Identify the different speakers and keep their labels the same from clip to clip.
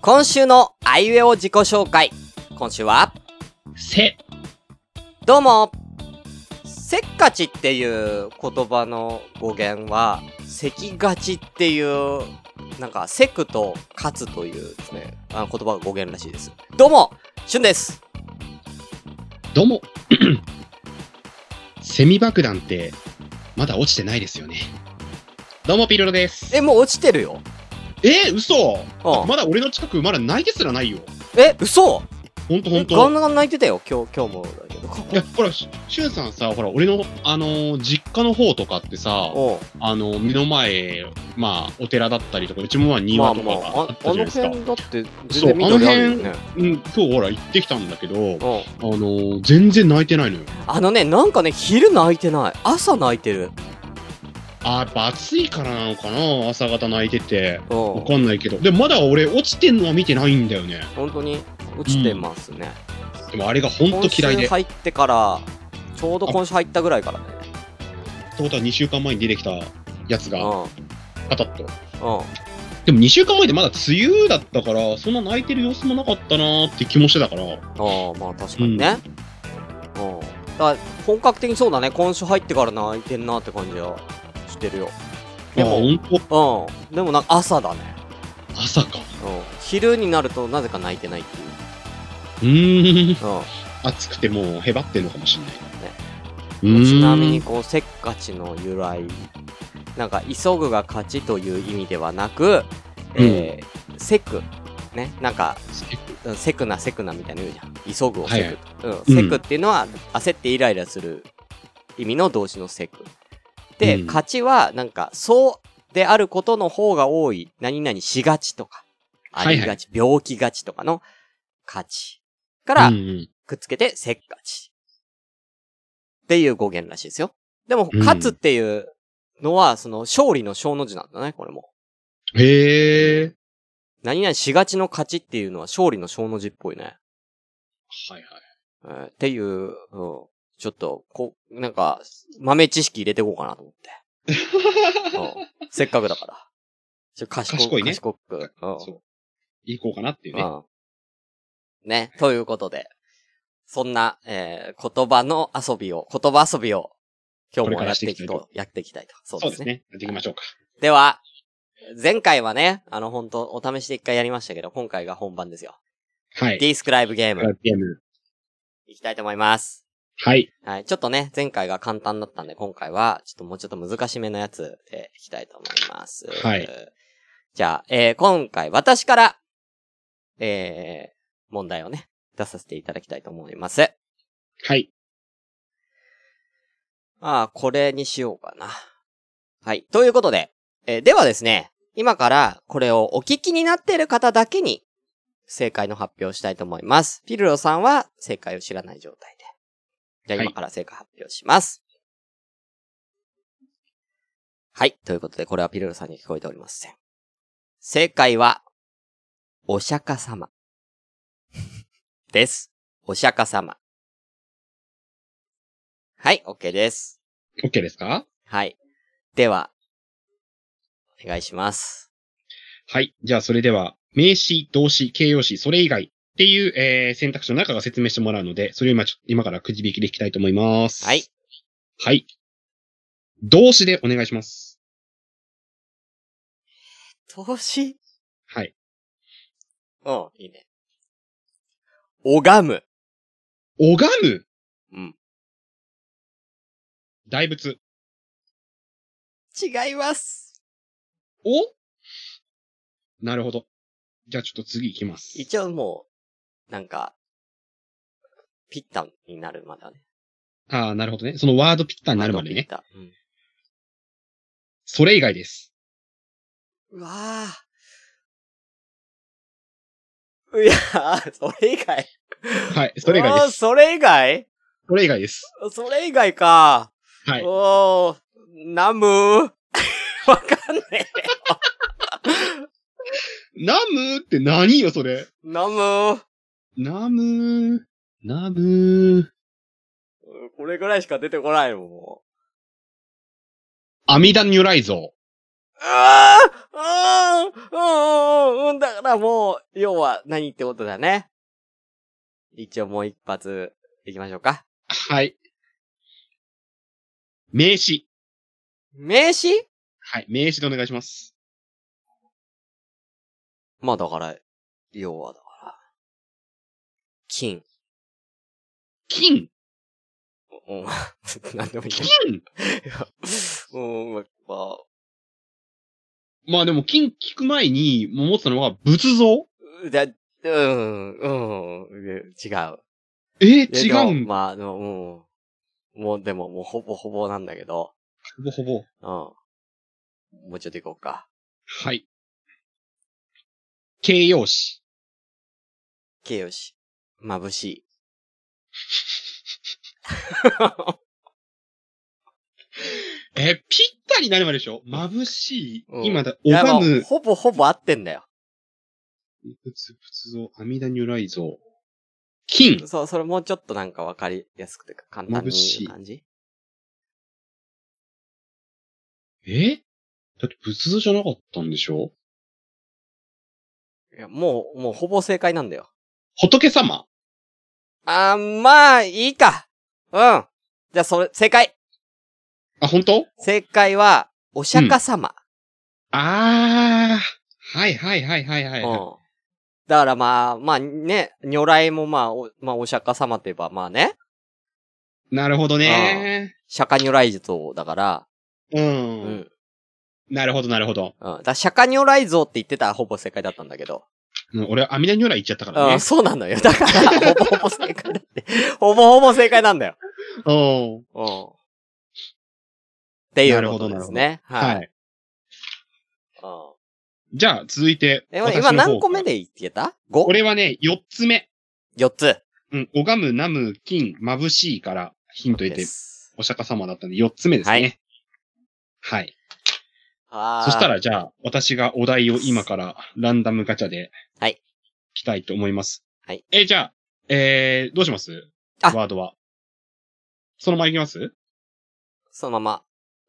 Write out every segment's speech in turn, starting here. Speaker 1: 今週のあいうえお自己紹介。今週は、
Speaker 2: せ、
Speaker 1: どうもせっかちっていう言葉の語源は、せきがちっていう、なんか、せくとかつというですね、あの言葉が語源らしいです。どうもしゅんです
Speaker 2: どうも。 セミ爆弾って、まだ落ちてないですよね。どうも、ピルロです。
Speaker 1: え、もう落ちてるよ。
Speaker 2: えー、嘘
Speaker 1: うん。
Speaker 2: まだ俺の近く、まだないですらないよ。
Speaker 1: え、嘘
Speaker 2: ほんとほ
Speaker 1: え
Speaker 2: ん
Speaker 1: ガン
Speaker 2: と。
Speaker 1: ガン泣いてたよ、今日、今日もだけど。
Speaker 2: い や、ほら、ししゅんさんさ、ほら、俺の、あのー実家の方とかってさ、
Speaker 1: おう
Speaker 2: あのー目の前、まあ、お寺だったりとか、うちもまあ
Speaker 1: ま
Speaker 2: 庭
Speaker 1: あ
Speaker 2: とか
Speaker 1: ま
Speaker 2: があ
Speaker 1: あ
Speaker 2: っ、
Speaker 1: あ
Speaker 2: た
Speaker 1: あ
Speaker 2: じゃない
Speaker 1: の
Speaker 2: ですか。
Speaker 1: 辺だって全然緑あるよね。
Speaker 2: うん、今日ほら、行ってきたんだけど、
Speaker 1: うん。
Speaker 2: あのー全然泣いてないのよ。
Speaker 1: あのね、なんかね、昼泣いてない。朝泣いてる。
Speaker 2: あー、やっぱ暑いからなのかな朝方泣いてて。
Speaker 1: うん。
Speaker 2: わかんないけど。でもまだ俺、落ちてんのは見てないんだよね。
Speaker 1: 本当に落ちてますね。
Speaker 2: でもあれがほんと嫌いで。
Speaker 1: 今週
Speaker 2: って
Speaker 1: 入ってから、ちょうど今週入ったぐらいからね。
Speaker 2: ことは2週間前に出てきたやつ
Speaker 1: うん。
Speaker 2: が、パタッと。
Speaker 1: うん。
Speaker 2: でも2週間前でまだ梅雨だったから、そんな泣いてる様子もなかったなーって気もしてたから。
Speaker 1: ああ、まあ確かにね。うん。だから本格的にそうだね、今週入ってから泣いてんなって感じはしてるよ。で
Speaker 2: あ
Speaker 1: も、
Speaker 2: ーほんと、
Speaker 1: うん。でもなんか朝だね。
Speaker 2: 朝か。
Speaker 1: うん。昼になるとなぜか泣いてないっていう。
Speaker 2: うーん。
Speaker 1: うん。
Speaker 2: 暑くてもうへばってんのかもしんない。うーん
Speaker 1: ちなみに、こうせっかちの由来なんか急ぐが勝ちという意味ではなく、えーせくねなんかうんせくなせくなみたいなの言うじゃん急ぐをせく、
Speaker 2: う
Speaker 1: うん
Speaker 2: ん
Speaker 1: せくっていうのは焦ってイライラする意味の動詞のせくで、
Speaker 2: うん
Speaker 1: 勝ちはなんかそうであることの方が多い何々しがちとかありがち、病気がちとかの勝ちから、
Speaker 2: うんうん
Speaker 1: くっつけてせっかち。っていう語源らしいですよ。でも、
Speaker 2: うん
Speaker 1: 勝つっていうのは、その、勝利の小の字なんだね、これも。
Speaker 2: へえ。
Speaker 1: 何々しがちの勝ちっていうのは勝利の小の字っぽいね。
Speaker 2: はいはい。
Speaker 1: えーっていう、うん、ちょっと、こう、なんか、豆知識入れていこうかなと思 って。うん、せっかくだから。ちょ賢
Speaker 2: 賢いね
Speaker 1: 賢く。うん
Speaker 2: そう。行こうかなっていうね。
Speaker 1: うん。ね、ということで、そんな、えー言葉の遊びを、言葉遊びを、今日
Speaker 2: これ
Speaker 1: も
Speaker 2: から
Speaker 1: やっ
Speaker 2: して
Speaker 1: て
Speaker 2: い
Speaker 1: い
Speaker 2: きた
Speaker 1: き
Speaker 2: い
Speaker 1: と、やっていきたいと。そう
Speaker 2: そう
Speaker 1: で
Speaker 2: ですす
Speaker 1: ね。
Speaker 2: ね。やっていきましょうか。
Speaker 1: では、前回はね、あの、本当お試しで一回やりましたけど、今回が本番ですよ。
Speaker 2: はい。
Speaker 1: ディスクライブゲーム、
Speaker 2: ゲーム。
Speaker 1: いきたいと思います。
Speaker 2: はい。
Speaker 1: はい、ちょっとね、前回が簡単だったんで、今回は、ちょっともうちょっと難しめのやつでいきたいと思います。
Speaker 2: はい。
Speaker 1: じゃあ、えー今回私から、えー問題をね、出させていただきたいと思います。
Speaker 2: はい。
Speaker 1: ああ、これにしようかな。はい。ということで、えーではですね、今からこれをお聞きになっている方だけに正解の発表をしたいと思います。ピルロさんは正解を知らない状態で。じゃあ
Speaker 2: はい
Speaker 1: 今から正解発表します。はい。ということで、これはピルロさんに聞こえておりません。正解は、お釈迦様。です。お釈迦様。はい、OK です。
Speaker 2: OK ですか
Speaker 1: はい。では、お願いします。
Speaker 2: はい。じゃあ、それでは、名詞、動詞、形容詞、それ以外っていう、えー選択肢の中が説明してもらうので、それを今ちょ、今からくじ引きでいきたいと思います。
Speaker 1: はい。
Speaker 2: はい。動詞でお願いします。
Speaker 1: 投資
Speaker 2: はい。
Speaker 1: うん、いいね。拝む。
Speaker 2: 拝む
Speaker 1: うん。
Speaker 2: 大仏。
Speaker 1: 違います。
Speaker 2: おなるほど。じゃあ、ちょっと次行きます。
Speaker 1: 一応もう、なんか、ピッタになるまではね。
Speaker 2: ああ、なるほどね。そのワードピッタになるまでね。
Speaker 1: ワードピッタ。
Speaker 2: それ以外です。
Speaker 1: うん。うわあ。いやー、それ以外。
Speaker 2: はい。それ以外
Speaker 1: あ
Speaker 2: で
Speaker 1: ー
Speaker 2: す。
Speaker 1: それ以外
Speaker 2: それ以外です。
Speaker 1: それ以外か。
Speaker 2: はい。
Speaker 1: おー、ナムー。 わかんねえ。
Speaker 2: ナムーって何よ、それ。
Speaker 1: ナムー。
Speaker 2: ナムー。ナムー。
Speaker 1: これぐらいしか出てこないもん、もう。
Speaker 2: 阿弥陀如来像。
Speaker 1: ああああうんうんうんうんだ、だらもう、要は何ってことだね。一応もう一発、行きましょうか。
Speaker 2: はい。名詞。
Speaker 1: 名詞
Speaker 2: はい。名詞でお願いします。
Speaker 1: まあだから、要はだから。金。
Speaker 2: 金。
Speaker 1: うん。何でもいいけど。
Speaker 2: 金
Speaker 1: うん、まあ、
Speaker 2: まあでも金聞く前に、もう思ってたのは仏像
Speaker 1: だ、うん、うん、違う。
Speaker 2: え
Speaker 1: え
Speaker 2: 違
Speaker 1: でも
Speaker 2: うんだ。
Speaker 1: まあ、あの、うん。もう、でも、もうほぼほぼなんだけど、
Speaker 2: ほぼほぼ。
Speaker 1: うん。もうちょっと行こうか。
Speaker 2: はい。形容詞。
Speaker 1: 形容詞。眩しい。
Speaker 2: え、ぴったりになるまででしょ眩しい。
Speaker 1: うん
Speaker 2: 今だ、
Speaker 1: いや、も
Speaker 2: 拝
Speaker 1: う、
Speaker 2: む。
Speaker 1: ほぼほぼ合ってんだよ。
Speaker 2: 仏、仏像、阿弥陀如来像。金。
Speaker 1: そう、それもうちょっとなんかわかりやすくてか、簡単に
Speaker 2: 眩しい
Speaker 1: 感じ
Speaker 2: えだって仏像じゃなかったんでしょ
Speaker 1: いや、もう、もうほぼ正解なんだよ。
Speaker 2: 仏様
Speaker 1: あー、まあ、いいか。うん。じゃあ、それ、正解。
Speaker 2: あ、本当
Speaker 1: 正解は、お釈迦様。
Speaker 2: あー。はいはいはいはいはい、
Speaker 1: う
Speaker 2: は
Speaker 1: ん。だからまあ、まあね、如来もまあ、おまあ、お釈迦様といえばまあね、
Speaker 2: い。なるほどね。
Speaker 1: 釈迦如来像だから、
Speaker 2: う。
Speaker 1: うんん。
Speaker 2: なるほどなるほど。
Speaker 1: うん。だから釈迦如来像って言ってたらほぼ正解だったんだけど。
Speaker 2: うん、俺、阿弥陀如来行っちゃったから
Speaker 1: う
Speaker 2: ね
Speaker 1: ん、。そうなのよ。だから、ほぼほぼ正解だって。 ほぼほぼ正解なんだよ。
Speaker 2: うん。
Speaker 1: うん。ってい
Speaker 2: な
Speaker 1: う
Speaker 2: るほ
Speaker 1: こ
Speaker 2: ど
Speaker 1: とですね。は。
Speaker 2: はいい。じゃあ、続いて。
Speaker 1: うん。え、
Speaker 2: 私の
Speaker 1: 今
Speaker 2: 方
Speaker 1: 何個目でいけた ?5?
Speaker 2: 俺はね、4つ目。
Speaker 1: 4つ。
Speaker 2: うん、拝む、ナム、金、眩しいからヒント入れ
Speaker 1: で
Speaker 2: て、
Speaker 1: す。
Speaker 2: お釈迦様だったんで4つ目ですね。はい。
Speaker 1: あ
Speaker 2: そした
Speaker 1: ら。
Speaker 2: ら、じゃあ、私がお題を今からランダムガチャで、
Speaker 1: はい。
Speaker 2: きたいと思います。
Speaker 1: はい。
Speaker 2: えーじゃあ、えー、どうします
Speaker 1: あ
Speaker 2: ワードは。そのままいきます
Speaker 1: そのまま。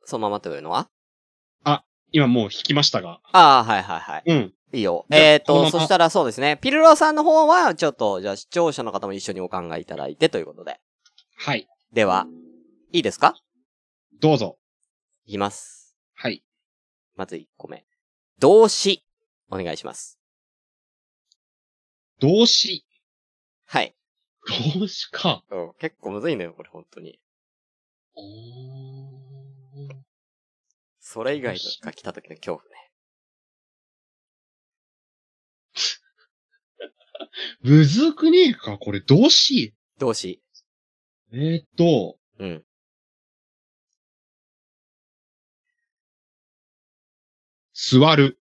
Speaker 1: そのままというのは
Speaker 2: 今もう引きましたが。
Speaker 1: ああ、はいはいはい。
Speaker 2: うん。
Speaker 1: いいよ。
Speaker 2: じゃあ
Speaker 1: えっ、と、
Speaker 2: このまま
Speaker 1: そしたらそうですね。ピルロさんの方は、ちょっと、じゃあ視聴者の方も一緒にお考えいただいてということで。
Speaker 2: はい。
Speaker 1: では、いいですか
Speaker 2: どうぞ。
Speaker 1: いきます。
Speaker 2: はい。
Speaker 1: まず1個目。動詞、お願いします。
Speaker 2: 動詞。
Speaker 1: はい。
Speaker 2: 動詞か。
Speaker 1: うん、結構むずいのよ、これ、本当に。それ以外が来た時の恐怖ね。
Speaker 2: むずくねえかこれ動詞。
Speaker 1: 動詞。
Speaker 2: えー、っと、
Speaker 1: うん。
Speaker 2: 座る。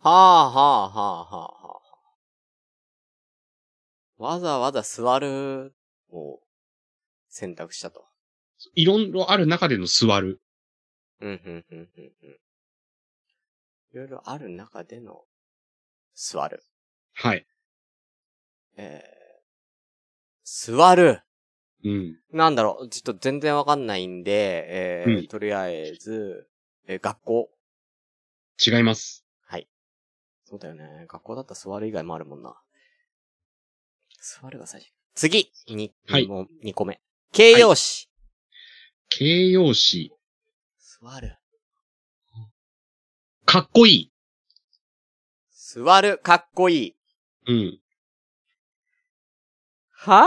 Speaker 1: はあ、はあ、はあ、はあ、はあ。わざわざ座るを選択したと。
Speaker 2: いろいろある中での座る。
Speaker 1: うん、うん、うん、うん、うん。いろいろある中での、座る。
Speaker 2: はい。
Speaker 1: えー、座る。
Speaker 2: うん。
Speaker 1: なんだろう、ちょっと全然わかんないんで、えー
Speaker 2: うん
Speaker 1: とりあえず、えー学校。
Speaker 2: 違います。
Speaker 1: そうだよね。学校だったら座る以外もあるもんな。座るが最初。次に、
Speaker 2: はい
Speaker 1: もう2個目。形容詞。
Speaker 2: 形容詞。
Speaker 1: 座る。
Speaker 2: かっこい
Speaker 1: 座る、かっこいい。
Speaker 2: い。うん。
Speaker 1: はぁ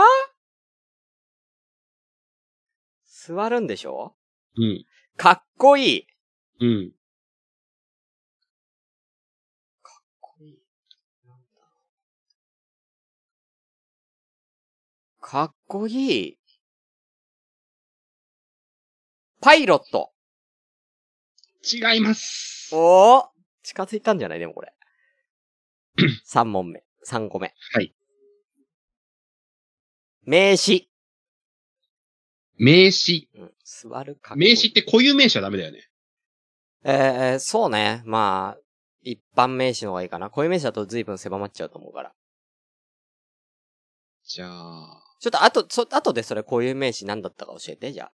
Speaker 1: 座るんでしょ
Speaker 2: うん。
Speaker 1: かっこいい。
Speaker 2: うん。
Speaker 1: かっこいい。パイロット。
Speaker 2: 違います。
Speaker 1: おー近づいたんじゃないでもこ れ。3問目。3個目。
Speaker 2: はい。
Speaker 1: 名詞。
Speaker 2: 名詞。
Speaker 1: うん、座るかっこいい
Speaker 2: 名詞って固有名詞はダメだよね。
Speaker 1: えー、そうね。まあ、一般名詞の方がいいかな。こういう名詞だと随分狭まっちゃうと思うから。
Speaker 2: じゃあ。
Speaker 1: ちょっと、あと、そ、あとでそれ、こういう名詞何だったか教えて、じゃあ。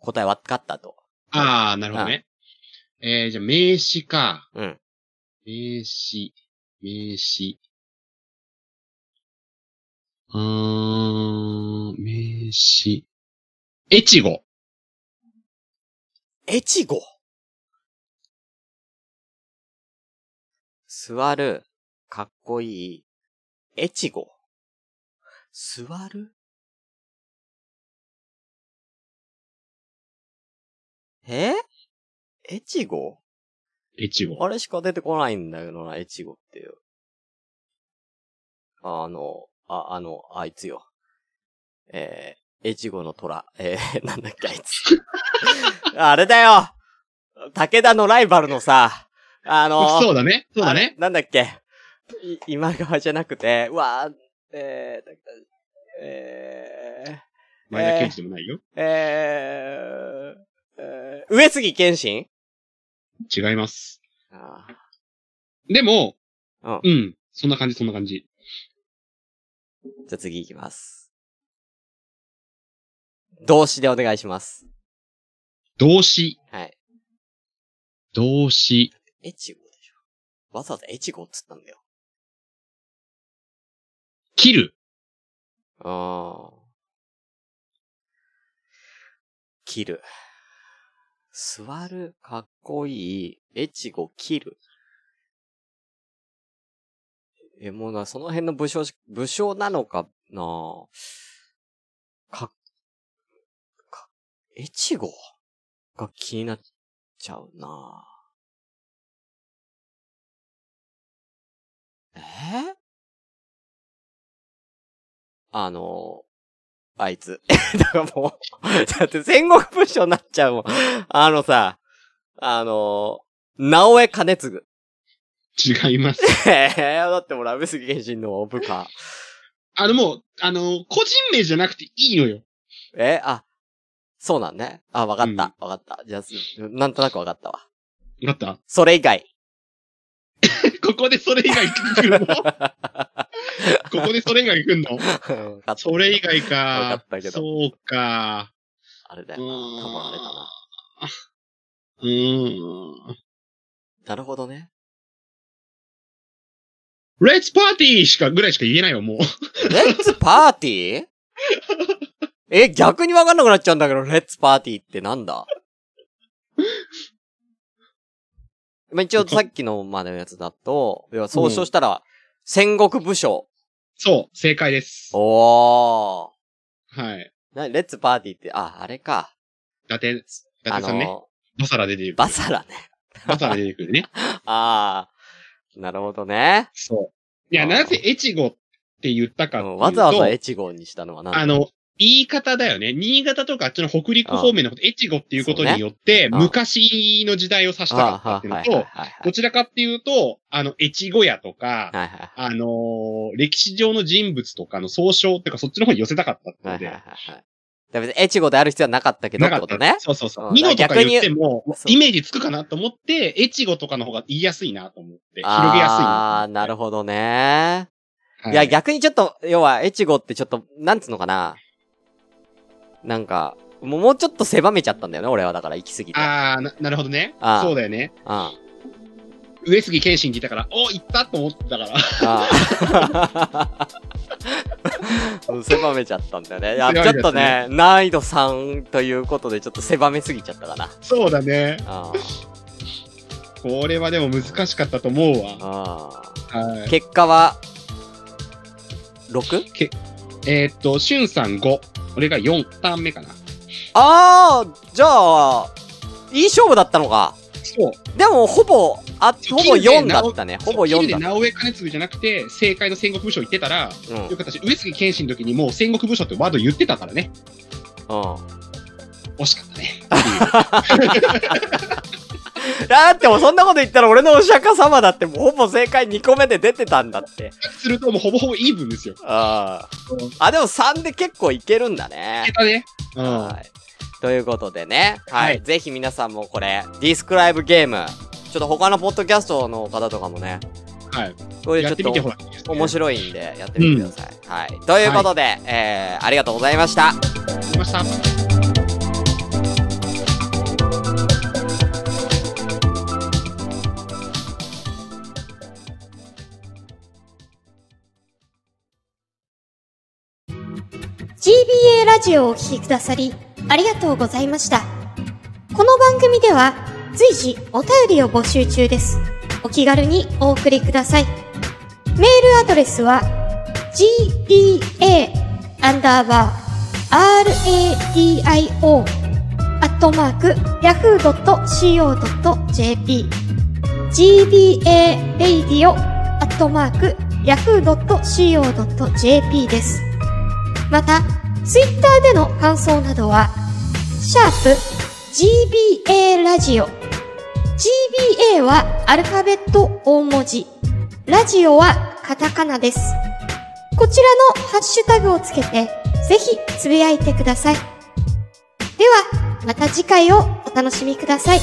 Speaker 1: 答え分かったと。
Speaker 2: あー、なるほどね。えー、じゃあ名詞か。
Speaker 1: うん。
Speaker 2: 名詞。名詞。あー、名詞。越後。
Speaker 1: 越後座る、かっこいい、越後。座るえ越後
Speaker 2: 越後。
Speaker 1: あれしか出てこないんだけどな、越後っていう。あの、あ、あの、あいつよ。えー、越後の虎。えー、 なんだっけ、あい つ。あれだよ武田のライバルのさ、あの、
Speaker 2: そうだね。そうだ
Speaker 1: あれ
Speaker 2: ね。
Speaker 1: なんだっけい今川じゃなくて、うわーえー、えー、
Speaker 2: 前田健二でもないよ。
Speaker 1: えー、えー、上杉謙信
Speaker 2: 違います。
Speaker 1: あー
Speaker 2: でも、
Speaker 1: うん
Speaker 2: うん。そんな感じ、そんな感じ。
Speaker 1: じゃあ次行きます。動詞でお願いします。
Speaker 2: 動詞。
Speaker 1: はい。
Speaker 2: 動詞。
Speaker 1: エチゴでしょ。わざわざエチゴっつったんだよ。
Speaker 2: 切る。
Speaker 1: ああ。切る。座る、かっこいい、エチゴ、切る。え、もうな、その辺の武将し、武将なのかなか、か、エチゴが気になっちゃうなえーあの、あいつ。 だからもう、だって戦国武将になっちゃうもん。あのさ、あの、直江兼次。
Speaker 2: 違います。
Speaker 1: ええだってもらう、上杉謙信の部下。
Speaker 2: あのもう、あの、個人名じゃなくていいのよ。
Speaker 1: えあ、そうなんね。あ、わかった。わ
Speaker 2: うん、
Speaker 1: かった。じゃあ、すなんとなくわかったわ。
Speaker 2: わかっ
Speaker 1: それ以外。
Speaker 2: た ここでそれ以外来 るのここでそれ以外来るの
Speaker 1: わかった
Speaker 2: それ以外か。
Speaker 1: わかったけど
Speaker 2: そうか。
Speaker 1: あれだ
Speaker 2: う
Speaker 1: よな。多分あれだ
Speaker 2: ーん
Speaker 1: な。
Speaker 2: うーん。
Speaker 1: なるほどね。
Speaker 2: レッツパーティーしか、ぐらいしか言えないわ、もう。
Speaker 1: レッツパーティーえ、逆にわかんなくなっちゃうんだけど、レッツパーティーってなんだまあ、一応さっきのまでのやつだと、要は総称したら、戦国武将。
Speaker 2: そう、正解です。
Speaker 1: おー。
Speaker 2: はい。
Speaker 1: な、レッツパーティーって、あ、あれか。
Speaker 2: 伊達、伊
Speaker 1: あ
Speaker 2: 達さんね。
Speaker 1: の、
Speaker 2: バサラ出てくる。
Speaker 1: バサラね。
Speaker 2: バサラ出てくるね。
Speaker 1: あー。なるほどね。
Speaker 2: そう。いや、
Speaker 1: あー
Speaker 2: なぜ越後って言ったかっていううんと。
Speaker 1: わざわざ越後にしたのはなんだ
Speaker 2: あの、言い方だよね。新潟とかあっちの北陸方面のこと、越後っていうこと
Speaker 1: そうね
Speaker 2: によって、
Speaker 1: うん
Speaker 2: 昔の時代を指したかった
Speaker 1: あ
Speaker 2: って
Speaker 1: ー
Speaker 2: いうの
Speaker 1: はいはい
Speaker 2: と、
Speaker 1: はいは
Speaker 2: ど
Speaker 1: い。
Speaker 2: ちらかっていうと、あの、越後屋とか、
Speaker 1: はいはい
Speaker 2: あのー歴史上の人物とかの総称っていうか、そっちの方に寄せたかったって
Speaker 1: は
Speaker 2: の
Speaker 1: いはいは
Speaker 2: で
Speaker 1: い。はい。だ別に越後である必要はなかったけどってことね。
Speaker 2: そうそうそうう。
Speaker 1: ん
Speaker 2: 美濃とか言っても
Speaker 1: 逆、に
Speaker 2: イメージつくかなと思って、越後とかの方が言いやすいなと思って、広げやすい
Speaker 1: ああ、なる
Speaker 2: ほ
Speaker 1: ほどね。
Speaker 2: ど
Speaker 1: いや、逆にちょっと、要は、越後ってちょっと、なんつうのかな。なんか、もうもうちょっと狭めちゃったんだよね、俺は。だから、行き過ぎて。
Speaker 2: あーな、なるほどね。
Speaker 1: あー
Speaker 2: そうだよね。
Speaker 1: あ
Speaker 2: 上杉謙信聞いたから、お行ったと思った から。
Speaker 1: あああうん 狭めちゃったんだよね。いや、ちょ
Speaker 2: 狭
Speaker 1: っ
Speaker 2: いですね
Speaker 1: とね、難易度3ということで、ちょっと狭めすぎちゃったかな。
Speaker 2: そうだね。
Speaker 1: あ
Speaker 2: これはでも難しかったと思うわ。
Speaker 1: ああ
Speaker 2: は
Speaker 1: あ結果は、6?
Speaker 2: い。えーっと、しゅんさん5。俺が4ターン目かな。
Speaker 1: ああ、じゃあ、いい勝負だったのか。
Speaker 2: そう。
Speaker 1: でも、ほぼ、あ、
Speaker 2: そう
Speaker 1: ほぼ
Speaker 2: 切るで
Speaker 1: 4だったね。ほぼ
Speaker 2: そう
Speaker 1: 4だ
Speaker 2: 切るで
Speaker 1: った。
Speaker 2: 直江兼次じゃなくて、正解の戦国武将言ってたら、
Speaker 1: うん。うん
Speaker 2: よ。かったし、上杉謙信の時にもう戦国武将ってワード言ってたからね。惜しかったね。
Speaker 1: だってもうそんなこと言ったら俺のお釈迦様だってもうほぼ正解2個目で出てたんだって。
Speaker 2: するともう ほぼほぼイーブンですよ。
Speaker 1: あ
Speaker 2: うん
Speaker 1: あ。あ、でも3で結構いけるんだ
Speaker 2: いけ
Speaker 1: ね。
Speaker 2: たね。うん。
Speaker 1: はい。ということでね、はい。
Speaker 2: はい
Speaker 1: ぜひ皆さんもこれ、ディスクライブゲーム、ちょっと他のポッドキャストの方とかもね、
Speaker 2: はい。
Speaker 1: これち
Speaker 2: や
Speaker 1: ょ
Speaker 2: っ
Speaker 1: って
Speaker 2: みて
Speaker 1: と
Speaker 2: ほら。
Speaker 1: 面白いんでやってみてください。はい。ということで、えー、ありがとうございました。
Speaker 2: いました。
Speaker 3: GBA ラジオをお聴きくださり、ありがとうございました。この番組では、随時お便りを募集中です。お気軽にお送りください。メールアドレスは、gba アンダーバー radio アットマーク yahoo.co.jp gba radio アットマーク yahoo.co.jp です。また、ツイッターでの感想などは、シャープ gba ラジオ gba はアルファベット大文字。ラジオはカタカナです。こちらのハッシュタグをつけて、ぜひつぶやいてください。では、また次回をお楽しみください。